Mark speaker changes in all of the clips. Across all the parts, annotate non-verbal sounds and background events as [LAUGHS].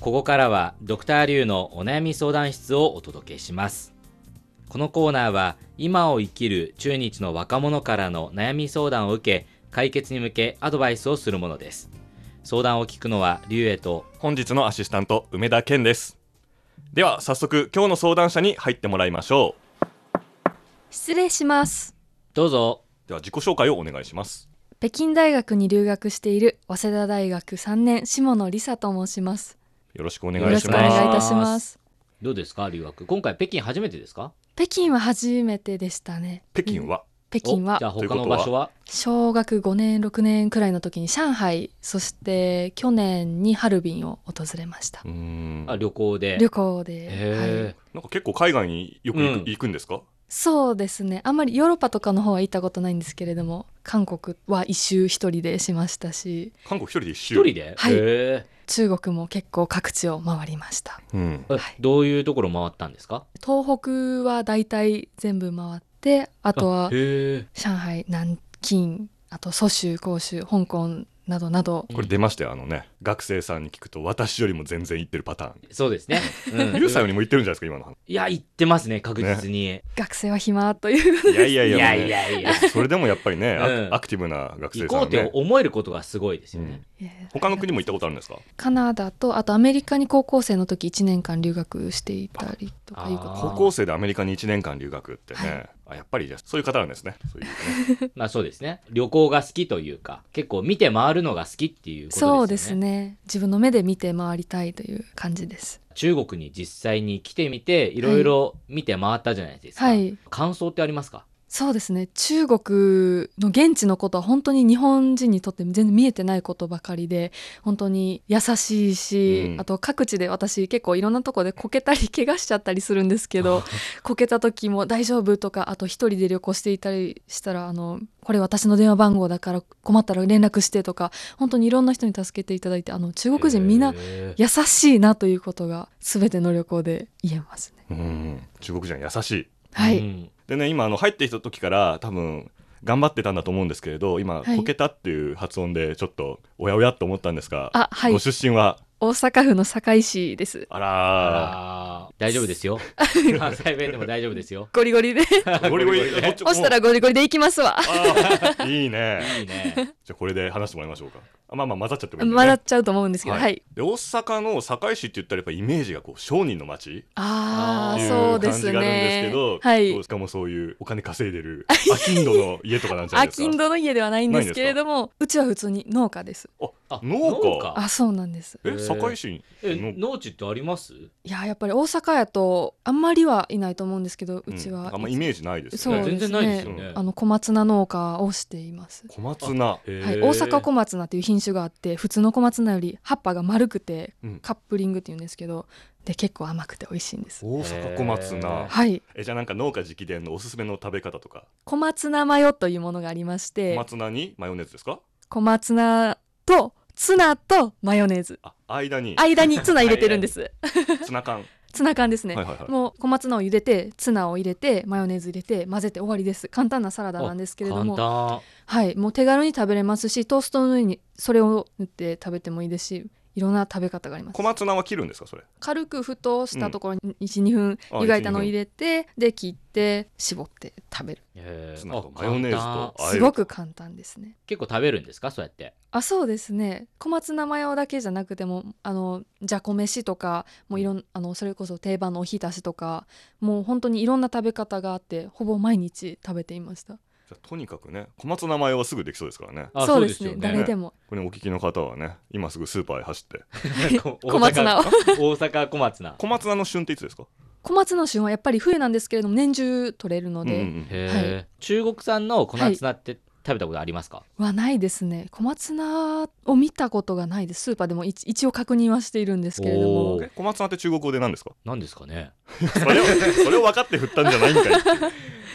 Speaker 1: ここからはドクターリュウのお悩み相談室をお届けしますこのコーナーは今を生きる中日の若者からの悩み相談を受け解決に向けアドバイスをするものです相談を聞くのはリュウエと
Speaker 2: 本日のアシスタント梅田健ですでは早速今日の相談者に入ってもらいましょう
Speaker 3: 失礼します
Speaker 1: どうぞ
Speaker 2: では自己紹介をお願いします
Speaker 3: 北京大学に留学している早稲田大学3年下野梨沙と申します
Speaker 2: よろしくお願
Speaker 3: よ
Speaker 2: い
Speaker 3: ろ
Speaker 2: し
Speaker 3: しくお願いい
Speaker 2: ま
Speaker 3: た
Speaker 2: す
Speaker 3: します
Speaker 1: どうですか留学今回北京初めてですか
Speaker 3: 北京は初めてでしたね
Speaker 2: 北京は
Speaker 3: 北京
Speaker 1: おじゃあ
Speaker 3: は
Speaker 1: 他の場所は
Speaker 3: 小学5年6年くらいの時に上海そして去年にハルビンを訪れました
Speaker 2: うーん
Speaker 1: あ旅行で
Speaker 3: 旅行で、は
Speaker 1: へ
Speaker 3: い、
Speaker 2: なんか結構海外によく行く,、
Speaker 1: うん
Speaker 2: 行くんですか
Speaker 3: そうですねあんまりヨーロッパとかの方は行ったことないんですけれども韓国は一周一人でしましたし
Speaker 2: 韓国一人で一周
Speaker 1: 一人で、
Speaker 3: はい
Speaker 1: へえ
Speaker 3: 中国も結構各地を回りました
Speaker 2: うん
Speaker 1: え
Speaker 3: はい
Speaker 1: どういうところ回ったんですか
Speaker 3: 東北は大体全部回ってあとは
Speaker 1: へえ
Speaker 3: 上海南京あと蘇州広州香港などなど
Speaker 2: これ出ましたよあのね学生さんに聞くと私よりも全然行ってるパタ
Speaker 1: そうですね、う
Speaker 2: ーンゆうさんよ
Speaker 1: ん、
Speaker 2: りも行ってるんじゃないですか今の話
Speaker 1: いや行ってますね確実に、
Speaker 3: 学生は暇という
Speaker 2: いやいやいやもうね
Speaker 1: いやいや
Speaker 2: それでもやっぱりね、アク
Speaker 1: うん
Speaker 2: アクティブな学
Speaker 1: 行
Speaker 2: 生
Speaker 1: こ
Speaker 2: さ
Speaker 1: うんっ
Speaker 2: は
Speaker 1: て
Speaker 2: ね
Speaker 1: 思えることがすごいですよ
Speaker 2: う
Speaker 1: ね
Speaker 2: ん。 [LAUGHS] 他の国も行ったことあるんですか
Speaker 3: カナダとあとアメリカに高校生の時1年間留学していたりとかいう
Speaker 1: あ
Speaker 3: こ
Speaker 1: ー
Speaker 2: 高校生でアメリカに1年間留学ってね、あやっぱりじゃあそういう方なんですねそういう
Speaker 3: [LAUGHS]
Speaker 2: ね
Speaker 1: まあそうですね。旅行が好きというか、結構見て回るのが好きっていうことで
Speaker 3: と
Speaker 1: すよね。
Speaker 3: そうですね自分の目で見て回りたいという感じです
Speaker 1: 中国に実際に来てみて、いろいろ見て回ったじゃないですか。
Speaker 3: はい
Speaker 1: 感想ってありますか
Speaker 3: そうですね中国の現地のことは本当に日本人にとって全然見えてないことばかりで本当に優しいし、
Speaker 2: うん
Speaker 3: あと各地で私結構いろんなとこでこけたり怪我しちゃったりするんです
Speaker 1: [LAUGHS]
Speaker 3: けどこけた時も「大丈夫?」とかあと一人で旅行していたりしたらあの「これ私の電話番号だから困ったら連絡して」とか本当にいろんな人に助けていただいてあの中国人みんな
Speaker 1: へー
Speaker 3: 優しいなということが全ての旅行で言えますね。
Speaker 2: うん中国人は優しい
Speaker 3: は
Speaker 1: う
Speaker 3: い、
Speaker 1: ん
Speaker 2: でね今あの入ってきた時から多分頑張ってたんだと思うんですけれど今「
Speaker 3: はい
Speaker 2: こけた」っていう発音でちょっとおやおやと思ったんですが、
Speaker 3: あはい
Speaker 2: ご出身は
Speaker 3: 大阪府の堺市です。
Speaker 2: あら
Speaker 1: あー大丈夫です
Speaker 3: [LAUGHS]
Speaker 1: よ。関西弁でも大丈夫ですよ。
Speaker 3: ゴリゴリで
Speaker 2: ーゴリゴ
Speaker 3: [LAUGHS]
Speaker 2: リどっちも
Speaker 3: 押したらゴリゴリでいきますわ
Speaker 2: あーいいね
Speaker 1: いいね。
Speaker 2: じゃあこれで話してもらいましょうかあまあまあ混ざっちゃってもいいんだ
Speaker 3: 混
Speaker 2: よ
Speaker 3: ざ
Speaker 2: ね
Speaker 3: っちゃうと思うんですけどはい、
Speaker 2: で大阪の堺市って言ったらやっぱイメージがこう商人の町
Speaker 3: あ
Speaker 2: って
Speaker 3: あ
Speaker 2: い
Speaker 3: そううで
Speaker 2: 感じ
Speaker 3: す
Speaker 2: があるんです
Speaker 3: ね
Speaker 2: けど
Speaker 3: はい
Speaker 2: どうしかもそういうお金稼いで
Speaker 3: [LAUGHS]
Speaker 2: るアキンドの家とかなんじゃない
Speaker 3: あ
Speaker 2: です
Speaker 3: 金
Speaker 2: か
Speaker 3: 戸の家ではないんですけれどもうちは普通に農家です
Speaker 1: あ
Speaker 2: 農家あ
Speaker 3: あそうなんです
Speaker 1: へー
Speaker 2: え堺市に
Speaker 1: え
Speaker 2: の
Speaker 1: 農地ってあります
Speaker 3: いややっぱり大阪やとあんまりはいないと思うんですけどうち
Speaker 2: ん
Speaker 3: は、
Speaker 2: あんまイメージないです
Speaker 3: そう
Speaker 2: よ
Speaker 3: です
Speaker 1: 全
Speaker 2: ね
Speaker 1: 然ないですよね。
Speaker 3: あの小松菜農家をしています、
Speaker 2: 小松菜
Speaker 1: へー
Speaker 3: はい、大阪小松菜っていう品種があって普通の小松菜より葉っぱが丸くて
Speaker 2: うん
Speaker 3: カップリングっていうんですけどで結構甘くて美味しいんです
Speaker 2: 大阪小松
Speaker 1: へ
Speaker 2: 菜
Speaker 3: はい
Speaker 2: えじゃあなんか農家直伝のおすすめの食べ方とか
Speaker 3: 小松菜マヨというものがありまし
Speaker 2: 小
Speaker 3: て
Speaker 2: 松菜にマヨネーズですか
Speaker 3: 小松菜とツナとマヨネーズ
Speaker 2: あ間に
Speaker 3: 間にツナ入れてるんです
Speaker 2: ツナ缶は
Speaker 3: ツナ缶ですね、
Speaker 2: いはいは
Speaker 3: もう小松菜を茹でてツナを入れてマヨネーズ入れて混ぜて終わりです簡単なサラダなんですけれど
Speaker 1: 簡
Speaker 3: も
Speaker 1: 単。
Speaker 3: はいもう手軽に食べれますしトーストの上にそれを塗って食べてもいいですしいろんな食べ方がありま
Speaker 2: い
Speaker 3: す
Speaker 2: 小松菜は切るんですかそれ
Speaker 3: 軽く沸騰したところに12分
Speaker 2: あ
Speaker 3: 湯がいたのを
Speaker 2: 1-2
Speaker 3: 入れてで切って絞って食べる
Speaker 1: へー
Speaker 2: ツナと
Speaker 1: あ
Speaker 2: マヨネーズと
Speaker 1: 簡単
Speaker 2: あえる
Speaker 3: すごく簡単ですね
Speaker 1: 結構食べるんですかそうやって。
Speaker 3: あそうですね小松菜マヨだけじゃなくてもあのじゃこ飯とかもういろんあのそれこそ定番のおひたしとかもう本当にいろんな食べ方があってほぼ毎日食べていました
Speaker 2: じゃあとにかくね小松菜マヨはすぐできそうですからね
Speaker 1: あ
Speaker 3: そうですね
Speaker 1: よ
Speaker 3: 誰でも
Speaker 2: これお聞きの方はね今すぐスーパーへ走って
Speaker 1: [LAUGHS] 小
Speaker 3: 松菜を
Speaker 1: 大阪 [LAUGHS] 小
Speaker 3: [LAUGHS]
Speaker 1: 松菜
Speaker 2: 小松菜の旬っていつですか
Speaker 3: 小松の旬はやっぱり冬なんですけれども年中取れるので、
Speaker 2: うんうんうん
Speaker 1: へー中国産の小松菜って食べたことありますか、
Speaker 3: はないですね小松菜を見たことがないですスーパーでも一一応確認はしているんですけれど
Speaker 1: お
Speaker 3: も
Speaker 1: ー
Speaker 2: え小松菜って中国語で何ですか
Speaker 1: なんですかね
Speaker 2: それをそれを分かって振ったんじゃないんかいっていう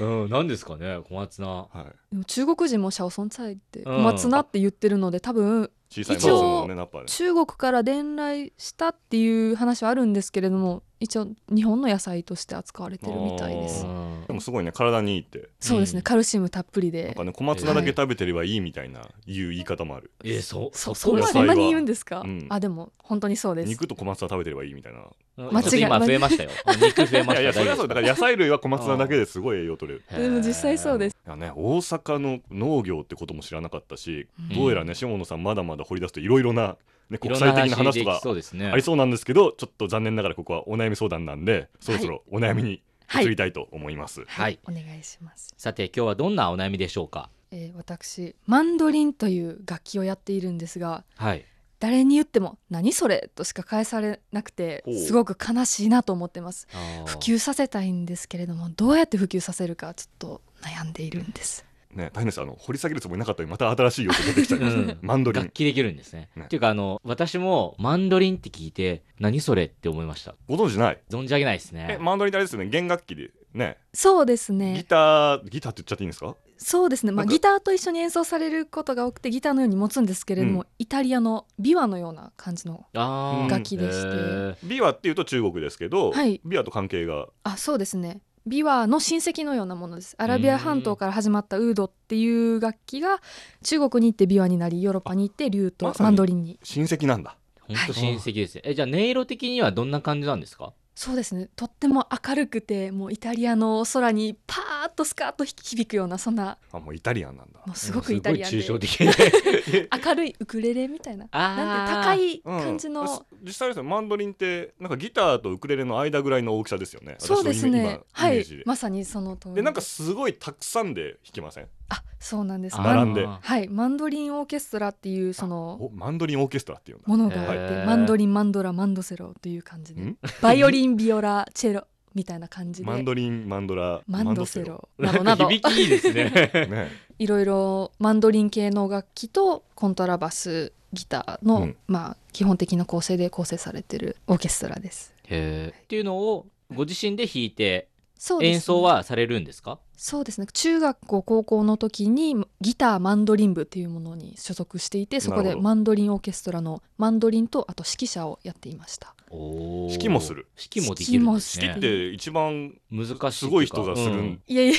Speaker 1: うんなんですかね小松菜
Speaker 2: はい
Speaker 3: でも中国人もシャオソンツァイって
Speaker 1: ん
Speaker 3: 小松菜って言ってるので多分
Speaker 2: 小さい
Speaker 3: 一応
Speaker 2: 松菜のねナッパーで
Speaker 3: 中国から伝来したっていう話はあるんですけれども一応日本の野菜として扱われてるみたいで
Speaker 2: う
Speaker 3: す
Speaker 2: ん。もすごいね体にいいって
Speaker 3: そうですね、
Speaker 1: うん
Speaker 3: カルシウムたっぷりで
Speaker 2: なんかね小松菜だけ食べてればいいみたいないう言い方もある、
Speaker 1: えーそそ
Speaker 3: そそ
Speaker 1: うんで
Speaker 3: な
Speaker 1: す
Speaker 3: そ
Speaker 1: か
Speaker 3: んなに言うんですか、
Speaker 2: うん
Speaker 3: あでも本当にそうです
Speaker 2: 肉と小松菜食べてればいいみたいな
Speaker 1: うんちょっと
Speaker 3: 間違い
Speaker 1: 今増えましたよ肉増えま
Speaker 2: いや
Speaker 1: し
Speaker 2: い
Speaker 1: た
Speaker 2: やそれはそうだから野菜類は小松菜だけですごい栄養取れる
Speaker 1: 大丈夫
Speaker 3: でも実際そうですす
Speaker 2: いやね大阪の農業ってことも知らなかったし、
Speaker 3: うん
Speaker 2: どうやらね下野さんまだまだ掘り出すといろいろな、ね、
Speaker 1: い
Speaker 2: 国
Speaker 1: ろんな
Speaker 2: 際的
Speaker 1: 話
Speaker 2: な
Speaker 1: で
Speaker 2: 話
Speaker 1: き
Speaker 2: とか
Speaker 1: そうですね
Speaker 2: ありそうなんですけどちょっと残念ながらここはお悩み相談なんでそろそろお悩みに移りたいと思います、
Speaker 1: はい
Speaker 3: お願いします、
Speaker 1: さて今日はどんなお悩みでしょうか
Speaker 3: えー私マンドリンという楽器をやっているんですが
Speaker 1: はい
Speaker 3: 誰に言っても「何それ?」としか返されなくて
Speaker 2: ほう
Speaker 3: すごく悲しいなと思ってます
Speaker 1: あー
Speaker 3: 普及させたいんですけれどもどうやって普及させるかちょっと悩んでいるんです
Speaker 2: ね、大変ですあの掘り下げるつもりなかったのにまた新しい要素出てきちゃいました、
Speaker 1: うん
Speaker 2: マンドリ
Speaker 1: 楽
Speaker 2: ン
Speaker 1: 器できるんですね
Speaker 2: ね
Speaker 1: っていうかあの私もマンドリンって聞いて何それって思いました
Speaker 2: ご存知ない
Speaker 1: 存じ上げないです
Speaker 2: え
Speaker 1: ね
Speaker 2: マンドリンってあれですよね弦楽器でね
Speaker 3: そうです
Speaker 2: ギ
Speaker 3: ね
Speaker 2: ターギターって言っちゃっていいんですか
Speaker 3: そうですね、ま
Speaker 2: なん
Speaker 3: あ、
Speaker 2: か
Speaker 3: ギターと一緒に演奏されることが多くてギターのように持つんですけれども、
Speaker 2: うん
Speaker 3: イタリアの琵琶のような感じの
Speaker 1: あー
Speaker 2: 楽
Speaker 3: 器でして
Speaker 1: へー
Speaker 2: 琵琶っていうと中国ですけど、
Speaker 3: はい
Speaker 2: 琵琶と関係が
Speaker 3: あそうですね琵琶の親戚のようなものですアラビア半島から始まったウードっていう楽器が中国に行って琵琶になりヨーロッパに行ってリュート、
Speaker 2: まさに
Speaker 3: マンドリンに
Speaker 2: 親戚なんだ
Speaker 1: 本当親戚ですねえじゃあ音色的にはどんな感じなんですか
Speaker 3: そうですねとっても明るくてもうイタリアの空にパーッとスカーッと響くようなそんな
Speaker 2: あもうイタリアンなんだ
Speaker 3: もうすごくイタリアン
Speaker 1: うん
Speaker 3: です
Speaker 1: ごい抽象的
Speaker 3: 明るいウクレレみたいな
Speaker 1: [LAUGHS] あー
Speaker 3: なんで高い
Speaker 2: うん
Speaker 3: 感じの、
Speaker 2: す実際ですねマンドリンってなんかギターとウクレレの間ぐらいの大きさですよね
Speaker 3: そうで
Speaker 2: 私
Speaker 3: す
Speaker 2: の
Speaker 3: ね
Speaker 2: 今
Speaker 3: は
Speaker 2: イメー
Speaker 3: い
Speaker 2: ジで,、
Speaker 3: まさにその通り
Speaker 2: でなんかすごいたくさんで弾けません
Speaker 3: あそうなんです
Speaker 1: あー
Speaker 2: 並んで
Speaker 1: あ
Speaker 3: はいマンドリンオーケストラっていうその
Speaker 2: おマンドリンオーケストラっていうんだ
Speaker 3: ものがあっ
Speaker 1: へ
Speaker 3: て
Speaker 1: ー
Speaker 3: マンドリンマンドラマンドセロという感じで
Speaker 2: ん
Speaker 3: バイオリンビオラチェロみたいな感じで
Speaker 2: マンドリンマンドラ
Speaker 3: マンドセ
Speaker 2: マン
Speaker 3: ロ
Speaker 1: ー
Speaker 3: などな
Speaker 1: な
Speaker 3: [LAUGHS]
Speaker 1: ん
Speaker 3: ど
Speaker 1: か響きいいですね
Speaker 2: ね
Speaker 3: いろいろマンドリン系の楽器とコントラバスギターの、
Speaker 2: うん
Speaker 3: まあ基本的な構成で構成されてるオーケストラです。
Speaker 1: [LAUGHS] へーっていうのをご自身で弾いて
Speaker 3: そうですね
Speaker 1: 演奏はされるんですか
Speaker 3: そうですね中学校高校の時にギターマンドリン部っていうものに所属していてそこ
Speaker 2: なる
Speaker 3: で
Speaker 2: ほど
Speaker 3: マンドリンオーケストラのマンドリンとあと指揮者をやっていました
Speaker 1: おー
Speaker 2: 指揮もする
Speaker 1: 指揮もできるんです
Speaker 2: 指揮っ
Speaker 1: ね
Speaker 2: て一番
Speaker 1: 難しいってうか
Speaker 2: すごい人 [LAUGHS] がす
Speaker 1: う
Speaker 2: る
Speaker 1: ん
Speaker 3: いやいや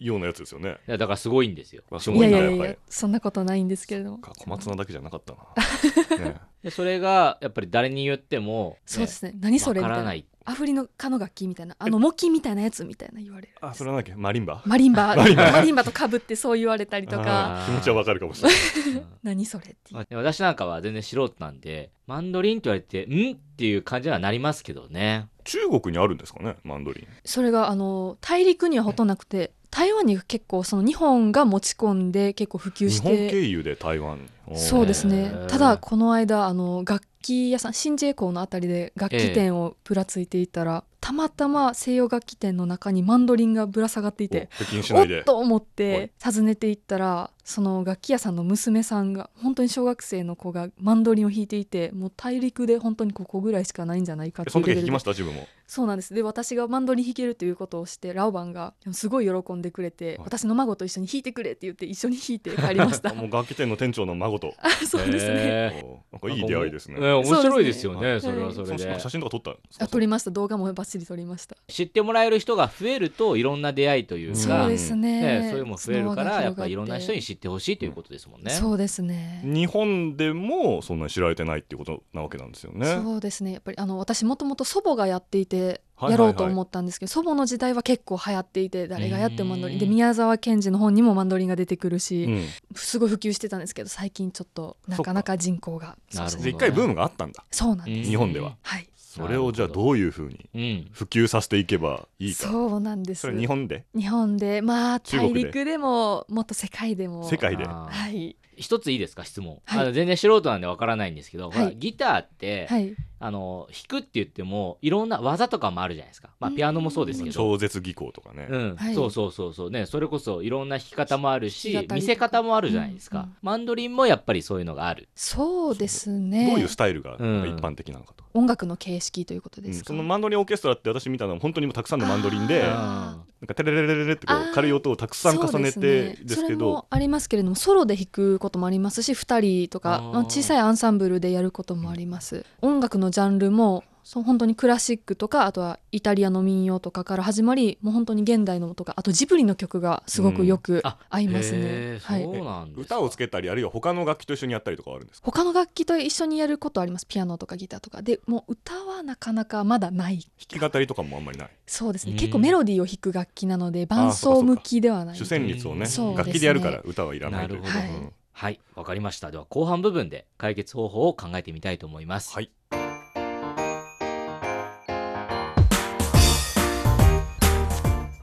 Speaker 2: ようなやつですよね、
Speaker 1: いやだからすごいんですよ
Speaker 2: わす
Speaker 3: い
Speaker 2: ご
Speaker 3: や
Speaker 2: い
Speaker 3: い
Speaker 2: な
Speaker 3: や
Speaker 2: や
Speaker 3: い
Speaker 2: っぱ
Speaker 3: や
Speaker 2: り
Speaker 3: そんなことないんですけれども
Speaker 2: か小松菜だけじゃなかった
Speaker 3: [LAUGHS]
Speaker 2: な、ね
Speaker 1: でそれがやっぱり誰に言っても、
Speaker 3: そうですね何それみ
Speaker 1: わか
Speaker 3: た
Speaker 1: ら
Speaker 3: い
Speaker 1: な
Speaker 3: ない [LAUGHS] アフリカの楽器みたいなあの木みたいなやつみたいな言われる
Speaker 2: あそれはなんだっけマリンバ
Speaker 3: マリン
Speaker 2: [LAUGHS]
Speaker 3: バ
Speaker 2: マリンバ
Speaker 3: マリンバとかぶってそう言われたりと
Speaker 2: あ
Speaker 3: か
Speaker 2: ー気持ちはわかるかもしれない
Speaker 1: うん
Speaker 3: 何それっていう
Speaker 1: まあでも私なんかは全然素人なんでマンドリンって言われてんっていう感じにはなりますけどね
Speaker 2: 中国にあるんですかねマンドリン
Speaker 3: それがあの大陸にはほとんどなくて台湾に結構その日本が持ち込んで結構普及
Speaker 2: 日
Speaker 3: し
Speaker 2: 本経
Speaker 3: て
Speaker 2: 由で台湾に
Speaker 3: そうです
Speaker 1: へ
Speaker 3: ね
Speaker 1: ー
Speaker 3: ただこの間あの楽器屋さん新ジェイコーのあたりで楽器店をぶらついていたら、たまたま西洋楽器店の中にマンドリンがぶら下がっていて
Speaker 2: お北京市
Speaker 3: お
Speaker 2: 内で
Speaker 3: っと思っ
Speaker 2: は
Speaker 3: て
Speaker 2: い
Speaker 3: 訪ねていったらその楽器屋さんの娘さんが本当に小学生の子がマンドリンを弾いていてもう大陸で本当にここぐらいしかないんじゃないかっ
Speaker 2: え
Speaker 3: て
Speaker 2: そ
Speaker 3: いう
Speaker 2: の時弾
Speaker 3: レベ
Speaker 2: き
Speaker 3: ルで
Speaker 2: ました自分も
Speaker 3: そうなんですで私がマンドリン弾けるということをしてラオバンがすごい喜んでくれて、
Speaker 2: はい
Speaker 3: 私の孫と一緒に弾いてくれって言って一緒に弾いて帰りました
Speaker 2: [LAUGHS] あもう楽器店の店長の孫 [LAUGHS] と
Speaker 3: あ [LAUGHS] そうですね
Speaker 1: へ
Speaker 2: おなんかいい出会いです
Speaker 1: ー
Speaker 2: ね
Speaker 1: ね面白いですよねそ
Speaker 3: そうですね
Speaker 1: れ
Speaker 3: は
Speaker 1: はいそれ
Speaker 2: その
Speaker 1: で
Speaker 2: 写真とか撮ったんですか
Speaker 3: あ撮りました動画もバッチリ撮りました
Speaker 1: 知ってもらえる人が増えるといろんな出会いというか
Speaker 3: そうですね
Speaker 1: ねそういうのも増えるからやっぱりいろんな人に
Speaker 3: 知
Speaker 1: 知ってほしいということですもんね、
Speaker 3: そうですね
Speaker 2: 日本でもそんなに知られてないっていうことなわけなんですよね
Speaker 3: そうですねやっぱりあの私もともと祖母がやっていて
Speaker 2: はいはいはい
Speaker 3: やろうと思ったんですけど、祖母の時代は結構流行っていて誰がやってもマンドリンで宮沢賢治の本にもマンドリンが出てくるし、
Speaker 2: うん、
Speaker 3: すごい普及してたんですけど最近ちょっとなかなか人口が
Speaker 1: そっか
Speaker 3: そ
Speaker 1: な
Speaker 3: う
Speaker 2: で
Speaker 1: る
Speaker 2: 一
Speaker 1: ほど
Speaker 2: 回ブームがあったんだ
Speaker 3: そうなんです、
Speaker 2: 日本では
Speaker 3: はい
Speaker 2: それをじゃあどういうふうに
Speaker 1: うん
Speaker 2: 普及させていけばいいか
Speaker 3: そうなんです
Speaker 2: それ日本で
Speaker 3: 日本でまあ
Speaker 2: 中国
Speaker 3: 大
Speaker 2: で
Speaker 3: 陸でももっと世界でも
Speaker 2: 世界で
Speaker 1: あー
Speaker 3: はい
Speaker 1: 一ついいですか質問、
Speaker 3: はい
Speaker 1: あの全然素人なんでわからないんですけど、
Speaker 3: はい
Speaker 1: ほらギターって、
Speaker 3: はい
Speaker 1: あの弾くって言ってもいろんな技とかもあるじゃないですか、まあ、
Speaker 3: うん
Speaker 1: ピアノもそうですけど、
Speaker 2: 超絶技巧とかね、
Speaker 1: うん
Speaker 3: はい
Speaker 1: そうそうそうそうねそれこそいろんな弾き方もある
Speaker 3: 弾
Speaker 1: し
Speaker 3: き語りとか
Speaker 1: 見せ方もあるじゃないですか、
Speaker 3: うんうん
Speaker 1: マンドリンもやっぱりそういうのがある
Speaker 3: そうですね
Speaker 2: どういうスタイルが一
Speaker 1: うん
Speaker 2: 般的なのかと、
Speaker 3: 音楽の形式ということ
Speaker 2: う
Speaker 3: で
Speaker 2: ん
Speaker 3: すか、
Speaker 2: そのマンドリンオーケストラって私見たのは本当にもうたくさんのマンドリンでな
Speaker 3: あ
Speaker 2: ん
Speaker 3: ー
Speaker 2: かテレレレレレってこ
Speaker 3: あ
Speaker 2: う
Speaker 3: ー
Speaker 2: 軽い音をたくさん重ねて
Speaker 3: そうですね
Speaker 2: ですけ
Speaker 3: それも
Speaker 2: ど
Speaker 3: ありますけれどもソロで弾くこともありますし2人とか
Speaker 1: あー
Speaker 3: まあ小さいアンサンブルでやることもあります音楽のジャンルもそう本当にクラシックとかあとはイタリアの民謡とかから始まりもう本当に現代のとかあとジブリの曲がすごくよく
Speaker 1: あ
Speaker 3: 合いますね。
Speaker 1: へー
Speaker 3: はい
Speaker 1: そうなんですか
Speaker 2: 歌をつけたりあるいは他の楽器と一緒にやったりとかはあるんですか
Speaker 3: 他の楽器と一緒にやることありますピアノとかギターとかでもう歌はなかなかまだない
Speaker 2: 弾き語りとかもあんまりない
Speaker 3: そうですね、
Speaker 1: うん
Speaker 3: 結構メロディーを弾く楽器なので伴奏向きではない
Speaker 2: 主旋律をね
Speaker 3: そうですね
Speaker 2: 楽器でやるから歌はいらないという
Speaker 1: なる
Speaker 3: ほど
Speaker 2: うん
Speaker 1: はいわかりましたでは後半部分で解決方法を考えてみたいと思います、
Speaker 2: はい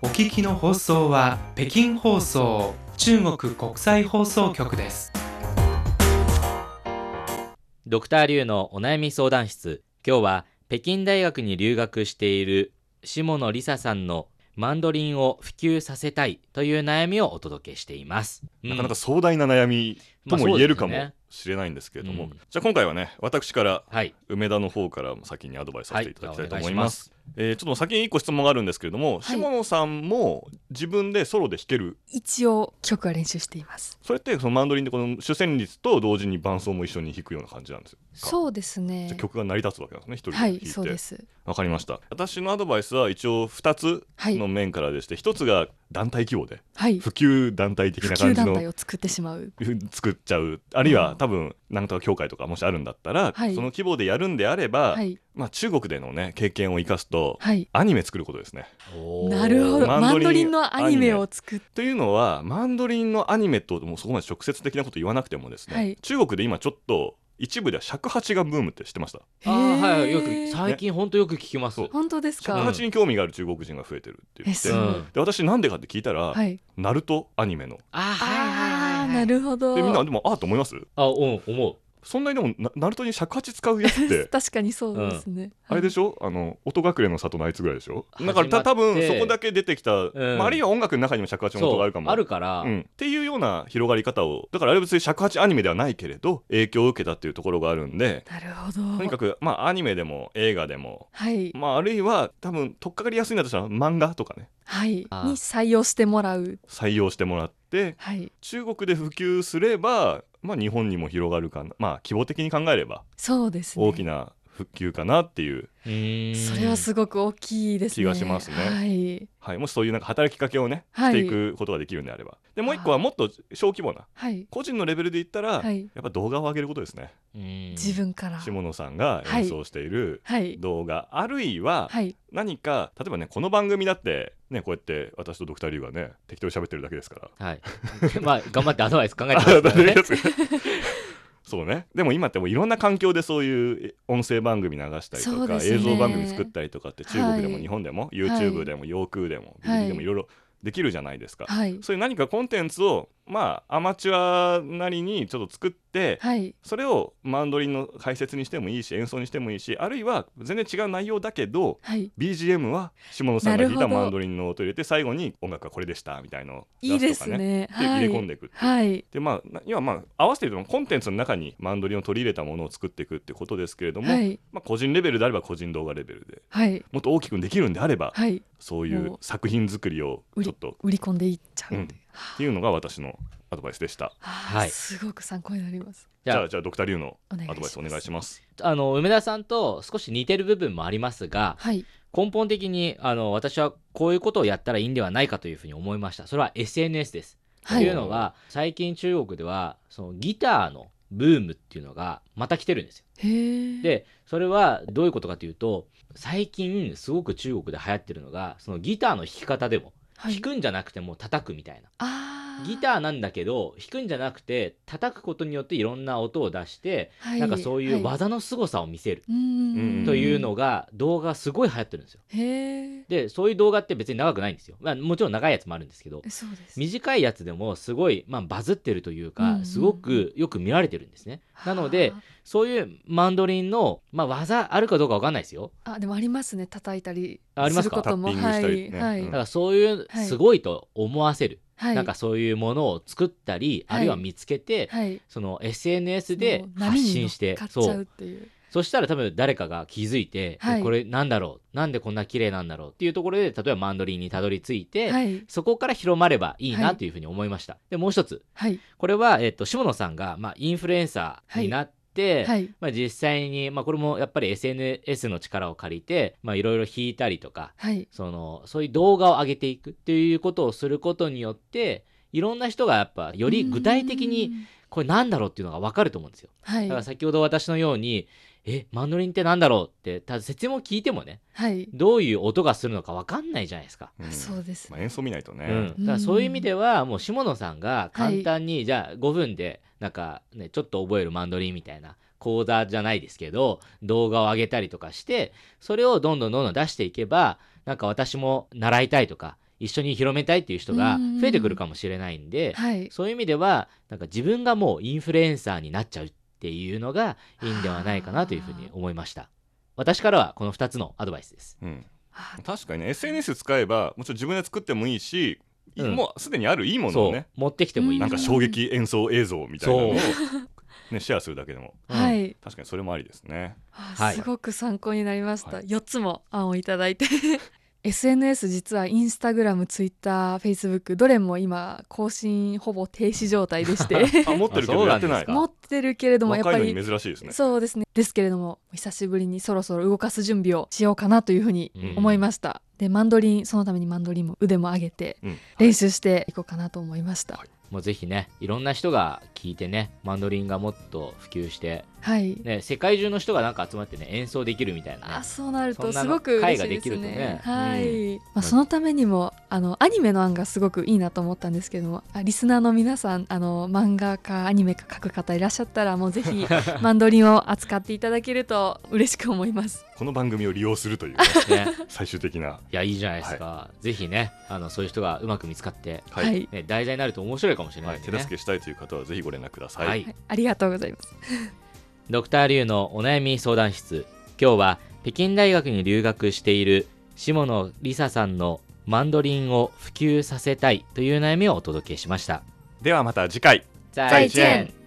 Speaker 4: お聞きの放送は北京放送中国国際放送局です。
Speaker 1: ドクターリュウのお悩み相談室今日は北京大学に留学している下野梨沙さんのマンドリンを普及させたいという悩みをお届けしています、
Speaker 2: なかなか
Speaker 1: うん
Speaker 2: 壮大な悩みとも
Speaker 1: まあ
Speaker 2: 言えるか
Speaker 1: そうです
Speaker 2: も
Speaker 1: ね
Speaker 2: しれないんですけれども、
Speaker 1: うん
Speaker 2: じゃあ今回はね私から
Speaker 1: はい
Speaker 2: 梅田の方から先にアドバイスさせていただきたいと思います,、
Speaker 1: は
Speaker 2: えーちょっと先に一個質問があるんですけれども、
Speaker 3: はい
Speaker 2: 下野さんも自分でソロで弾ける
Speaker 3: 一応曲は練習しています
Speaker 2: それってそのマンドリンでこの主旋律と同時に伴奏も一緒に弾くような感じなんですよ
Speaker 3: そうです
Speaker 2: じゃ
Speaker 3: ね
Speaker 2: あ曲が成り立つわけなんですね一人で
Speaker 3: は
Speaker 2: 弾い
Speaker 3: い
Speaker 2: て
Speaker 3: そうです
Speaker 2: わかりました私のアドバイスは一応2つ
Speaker 3: はい
Speaker 2: の面からでして、一つが団体規模で
Speaker 3: はい
Speaker 2: 普及団体的
Speaker 3: 普
Speaker 2: な
Speaker 3: 及
Speaker 2: 感じ
Speaker 3: 団
Speaker 2: の
Speaker 3: 体を作ってしまう
Speaker 2: 作っちゃうあるいは、
Speaker 3: うん
Speaker 2: 多分なんとか協会とかもしあるんだったら、
Speaker 3: はい
Speaker 2: その規模でやるんであれば、
Speaker 3: はい
Speaker 2: まあ、中国でのね経験を生かすと、
Speaker 3: はい
Speaker 2: アニメ作ることですね。
Speaker 1: いおー
Speaker 3: なるほど
Speaker 2: マンドリン
Speaker 3: マンドリンのアニメ
Speaker 2: アニ
Speaker 3: を作って
Speaker 2: というのはマンドリンのアニメともうそこまで直接的なこと言わなくてもですね、
Speaker 3: はい
Speaker 2: 中国で今ちょっと一部では尺八がブームって知ってました
Speaker 1: あーはいはいよ
Speaker 3: へ
Speaker 1: く
Speaker 3: ー
Speaker 1: 最近本当よく聞きます、
Speaker 2: そう
Speaker 3: 本当です
Speaker 2: 尺
Speaker 1: う
Speaker 3: か
Speaker 1: ん
Speaker 2: 八に興味がある中国人が増えてるって言っ
Speaker 3: え
Speaker 2: て、
Speaker 3: そう
Speaker 2: で私なんでかって聞いたら、
Speaker 3: はい
Speaker 2: ナルトアニメの
Speaker 1: あー
Speaker 3: あ
Speaker 1: はいはいはい
Speaker 3: ー
Speaker 1: は
Speaker 3: ないるほど
Speaker 2: でみんなでもああと思います
Speaker 1: あうん思う
Speaker 2: そんなにでもなナルトに尺八使うやつって
Speaker 3: 確かに [LAUGHS] そうですね
Speaker 2: あれでし
Speaker 3: ょ
Speaker 2: ょあの音隠れの里のあいつぐらいでしょ
Speaker 1: 始ま
Speaker 2: だ
Speaker 1: って
Speaker 2: からた多分そこだけ出てきた、
Speaker 1: ん
Speaker 2: まあ、あるいは音楽の中にも尺八の音があるかも
Speaker 1: あるから、
Speaker 2: うん、っていうような広がり方をだからあれは別に尺八アニメではないけれど影響を受けたっていうところがあるんで
Speaker 3: なるほど
Speaker 2: とにか
Speaker 3: く
Speaker 2: くまあアニメでも映画でも、
Speaker 3: はい
Speaker 2: まあ、あるいは多分取っかかりやすいんだとしたら漫画とかね
Speaker 3: はいに
Speaker 1: あー
Speaker 3: 採用してもらう
Speaker 2: 採用してもらって
Speaker 3: はい
Speaker 2: 中国で普及すれば、まあ、日本にも広がるかなまあ規模的に考えれば
Speaker 3: そうですね
Speaker 2: 大きな普及かなっていう、
Speaker 1: うーん
Speaker 3: それはすごく大きいですね
Speaker 2: 気がしますね
Speaker 3: はい
Speaker 2: はい、もしそういうなんか働きかけをね、
Speaker 3: はい
Speaker 2: していくことができるんであればでもう一個
Speaker 3: あ
Speaker 2: はもっと小規模な
Speaker 3: はい
Speaker 2: 個人のレベルで言ったら、
Speaker 3: はい
Speaker 2: やっぱ動画を上げることですね
Speaker 1: うん
Speaker 3: 自分から
Speaker 2: 下野さんが演奏している
Speaker 3: はい
Speaker 2: 動画あるいは
Speaker 3: はい
Speaker 2: 何か例えばねこの番組だってねこうやって私とドクター・リュウがね適当に喋ってるだけですから
Speaker 1: はいまあ頑張ってアドバイス考えてます
Speaker 2: あ
Speaker 1: から
Speaker 2: だって
Speaker 1: ね
Speaker 2: やつ [LAUGHS] そうねでも今ってもういろんな環境でそういう音声番組流したり
Speaker 3: そ
Speaker 2: と
Speaker 3: う
Speaker 2: か、
Speaker 3: ですね
Speaker 2: 映像番組作ったりとかって中国でも
Speaker 3: はい
Speaker 2: 日本でも、YouTube でも洋空でもビリビリでも
Speaker 3: はい
Speaker 2: いろいろできるじゃないですか、
Speaker 3: はい
Speaker 2: そういう何かコンテンツをまあアマチュアなりにちょっと作って、
Speaker 3: はい
Speaker 2: それをマンドリンの解説にしてもいいし演奏にしてもいいしあるいは全然違う内容だけど
Speaker 3: はい
Speaker 2: BGM は下野さんが弾い
Speaker 3: な
Speaker 2: た
Speaker 3: るほど
Speaker 2: マンドリンの音を入れて最後に音楽はこれでしたみたいのを
Speaker 3: いいで
Speaker 2: 出すと
Speaker 3: す
Speaker 2: かね
Speaker 3: ね
Speaker 2: で
Speaker 3: は
Speaker 2: 入
Speaker 3: い
Speaker 2: れ込んでいくっていう
Speaker 3: はい
Speaker 2: でまあな要はまあ合わせて言うとコンテンツの中にマンドリンを取り入れたものを作っていくってことですけれども、
Speaker 3: はい
Speaker 2: まあ、個人レベルであれば個人動画レベルで
Speaker 3: はい
Speaker 2: もっと大きくできるんであれば、
Speaker 3: はい
Speaker 2: そういう
Speaker 3: もう
Speaker 2: 作品作りをちょっと
Speaker 3: 売り込んでいっちゃう
Speaker 2: うん
Speaker 3: っていう
Speaker 2: っていうのが私のアドバイスでした
Speaker 3: は
Speaker 1: はいい
Speaker 3: すごく参考になります
Speaker 1: じ
Speaker 2: じゃ
Speaker 1: ゃ
Speaker 2: あじゃあドクターリュウの
Speaker 3: お願いし
Speaker 2: ア
Speaker 3: ます
Speaker 2: ドバイスお願いします
Speaker 1: ああの梅田さんと少し似てる部分もありますが
Speaker 3: はい
Speaker 1: 根本的にあの私はこういうことをやったらいいんではないかというふうに思いましたそれは SNS です、
Speaker 3: は
Speaker 1: という
Speaker 3: い
Speaker 1: のは最近中国ではそのギターのブームっていうのがまた来てるんですよ
Speaker 3: へー
Speaker 1: でそれはどういうことかというと最近すごく中国で流行ってるのがそのギターの弾き方でも
Speaker 3: はい
Speaker 1: 弾くんじゃなくても叩くみたいな、
Speaker 3: あ
Speaker 1: ギターなんだけど弾くんじゃなくて叩くことによっていろんな音を出して、
Speaker 3: ー
Speaker 1: なんかそういう技の凄さを見せる
Speaker 2: うん
Speaker 1: というのが動画すごい流行ってるんですよ
Speaker 3: へえ
Speaker 1: でそういう動画って別に長くないんですよ、まあ、もちろん長いやつもあるんですけど
Speaker 3: そうです
Speaker 1: 短いやつでもすごい、まあ、バズってるという
Speaker 3: うんう
Speaker 1: か
Speaker 3: ん
Speaker 1: すごくよく見られてるんですねなので
Speaker 3: は
Speaker 1: そういうマンドリンの、まあ、技あるかどうかわかんないですよ
Speaker 3: ああでもありますね叩いたり
Speaker 1: あありますか
Speaker 3: することも
Speaker 2: タッピングしたりね
Speaker 3: はい、
Speaker 2: うん
Speaker 3: は
Speaker 1: だ
Speaker 3: い
Speaker 1: からそういう
Speaker 3: はい
Speaker 1: すごいと思わせる、
Speaker 3: はい
Speaker 1: なんかそういうものを作ったり、
Speaker 3: は
Speaker 1: あ
Speaker 3: い
Speaker 1: るいは見つけて、
Speaker 3: はい
Speaker 1: その SNS で
Speaker 3: もう
Speaker 1: 発
Speaker 3: 波に乗
Speaker 1: 信
Speaker 3: っ
Speaker 1: して
Speaker 3: かっち
Speaker 1: そ
Speaker 3: ゃうっ
Speaker 1: う
Speaker 3: ていう
Speaker 1: そしたら多分誰かが気づいて、
Speaker 3: はい
Speaker 1: えこれなんだろうなんでこんな綺麗なんだろうっていうところで例えばマンドリンにたどり着いて、
Speaker 3: はい
Speaker 1: そこから広まればいい
Speaker 3: は
Speaker 1: ないというふうに思いました。でもう一つ
Speaker 3: はい
Speaker 1: これは、えっと下野さんが、まあ、インフルエンサーになっって、
Speaker 3: はい
Speaker 1: まあ、実際に、まあ、これもやっぱり SNS の力を借りてまあいろいろ弾いたりとか
Speaker 3: はい
Speaker 1: そのそういう動画を上げていくっていうことをすることによっていろんな人がやっぱより具体的
Speaker 3: う
Speaker 1: に
Speaker 3: ん
Speaker 1: これなんだろうっていうのが分かると思うんですよ。
Speaker 3: は
Speaker 1: だ
Speaker 3: い
Speaker 1: から先ほど私のようにえマンドリンってなんだろうってただ説明を聞いてもね
Speaker 3: はい
Speaker 1: どういう音がするのか分かんないじゃないですか。
Speaker 2: うん
Speaker 3: あそうです
Speaker 2: まあ、演奏見ないとね、
Speaker 1: うん、だからそういう意味ではもう下野さんが簡単に、じゃあ5分でなんかねちょっと覚えるマンドリンみたいな講座じゃないですけど動画を上げたりとかしてそれをどんどんどんどん出していけばなんか私も習いたいとか一緒に広めたいっていう人が増えてくるかもしれないんで
Speaker 3: はい
Speaker 1: そういう意味ではなんか自分がもうインフルエンサーになっちゃうっていうのがいいんではないかなというふうに思いました私からはこの2つのアドバイスです
Speaker 2: うん
Speaker 3: あ
Speaker 2: 確かにね SNS 使えばもちろん自分で作ってもいいし、い
Speaker 1: うん
Speaker 2: もうすでにあるいいものを
Speaker 1: そ
Speaker 2: ね
Speaker 1: う持ってきてもいい
Speaker 2: なん
Speaker 1: か
Speaker 2: から衝撃演奏映像みたいなのを、
Speaker 1: そう
Speaker 2: [LAUGHS] ね、シェアするだけでも
Speaker 3: ーはい
Speaker 2: 確かにそれもありですね。
Speaker 3: あ
Speaker 1: はい
Speaker 3: すごく参考になりました、
Speaker 2: は
Speaker 3: 4つも案をいただいて [LAUGHS] SNS 実はインスタグラムツイッターフェイスブックどれも今更新ほぼ停止状態でして
Speaker 2: あ持ってるけどやってない
Speaker 1: あそうなんですか
Speaker 3: 持ってるけれどもやっぱ
Speaker 2: 若い
Speaker 3: り
Speaker 2: のに珍しいですね。
Speaker 3: そうですねですけれども久しぶりにそろそろ動かす準備をしようかなというふうに
Speaker 1: うん
Speaker 3: 思いました、でマンドリンそのためにマンドリンも腕も上げて
Speaker 2: うん
Speaker 3: 練習していこうかなと思いました
Speaker 2: は
Speaker 1: もうぜひねいろんな人が聞いてねマンドリンがもっと普及して、
Speaker 3: はい、
Speaker 1: ね、世界中の人がなんか集まってね演奏できるみたいな
Speaker 3: あ
Speaker 1: ね
Speaker 3: そうなる
Speaker 1: そ
Speaker 3: と
Speaker 1: んな
Speaker 3: す
Speaker 1: の
Speaker 3: ごく嬉しいです
Speaker 1: 会
Speaker 3: ね
Speaker 1: ができるとね
Speaker 3: はい、まあ、そのためにもあのアニメの案がすごくいいなと思ったんですけどもあリスナーの皆さんあの漫画かアニメか書く方いらっしゃったらもうぜ
Speaker 1: [LAUGHS]
Speaker 3: ひマンドリンを扱っていただけると嬉しく思います
Speaker 2: この番組を利用するというね、
Speaker 1: ね
Speaker 2: 最終的な。
Speaker 1: いやいいじゃないですか、ぜひねあのそういう人がうまく見つかって、
Speaker 3: はい、
Speaker 1: ね、題材になると面白いかもしれな
Speaker 2: はいい、
Speaker 1: んで
Speaker 2: 手
Speaker 1: ね、
Speaker 2: 助けしたいという方はぜひご連絡ください。
Speaker 1: はい
Speaker 3: はいありがとうございます
Speaker 1: ドクターリュウのお悩み相談室今日は北京大学に留学している下野梨沙さんのマンドリンを普及させたいという悩みをお届けしました
Speaker 2: ではまた次回。再
Speaker 1: 再见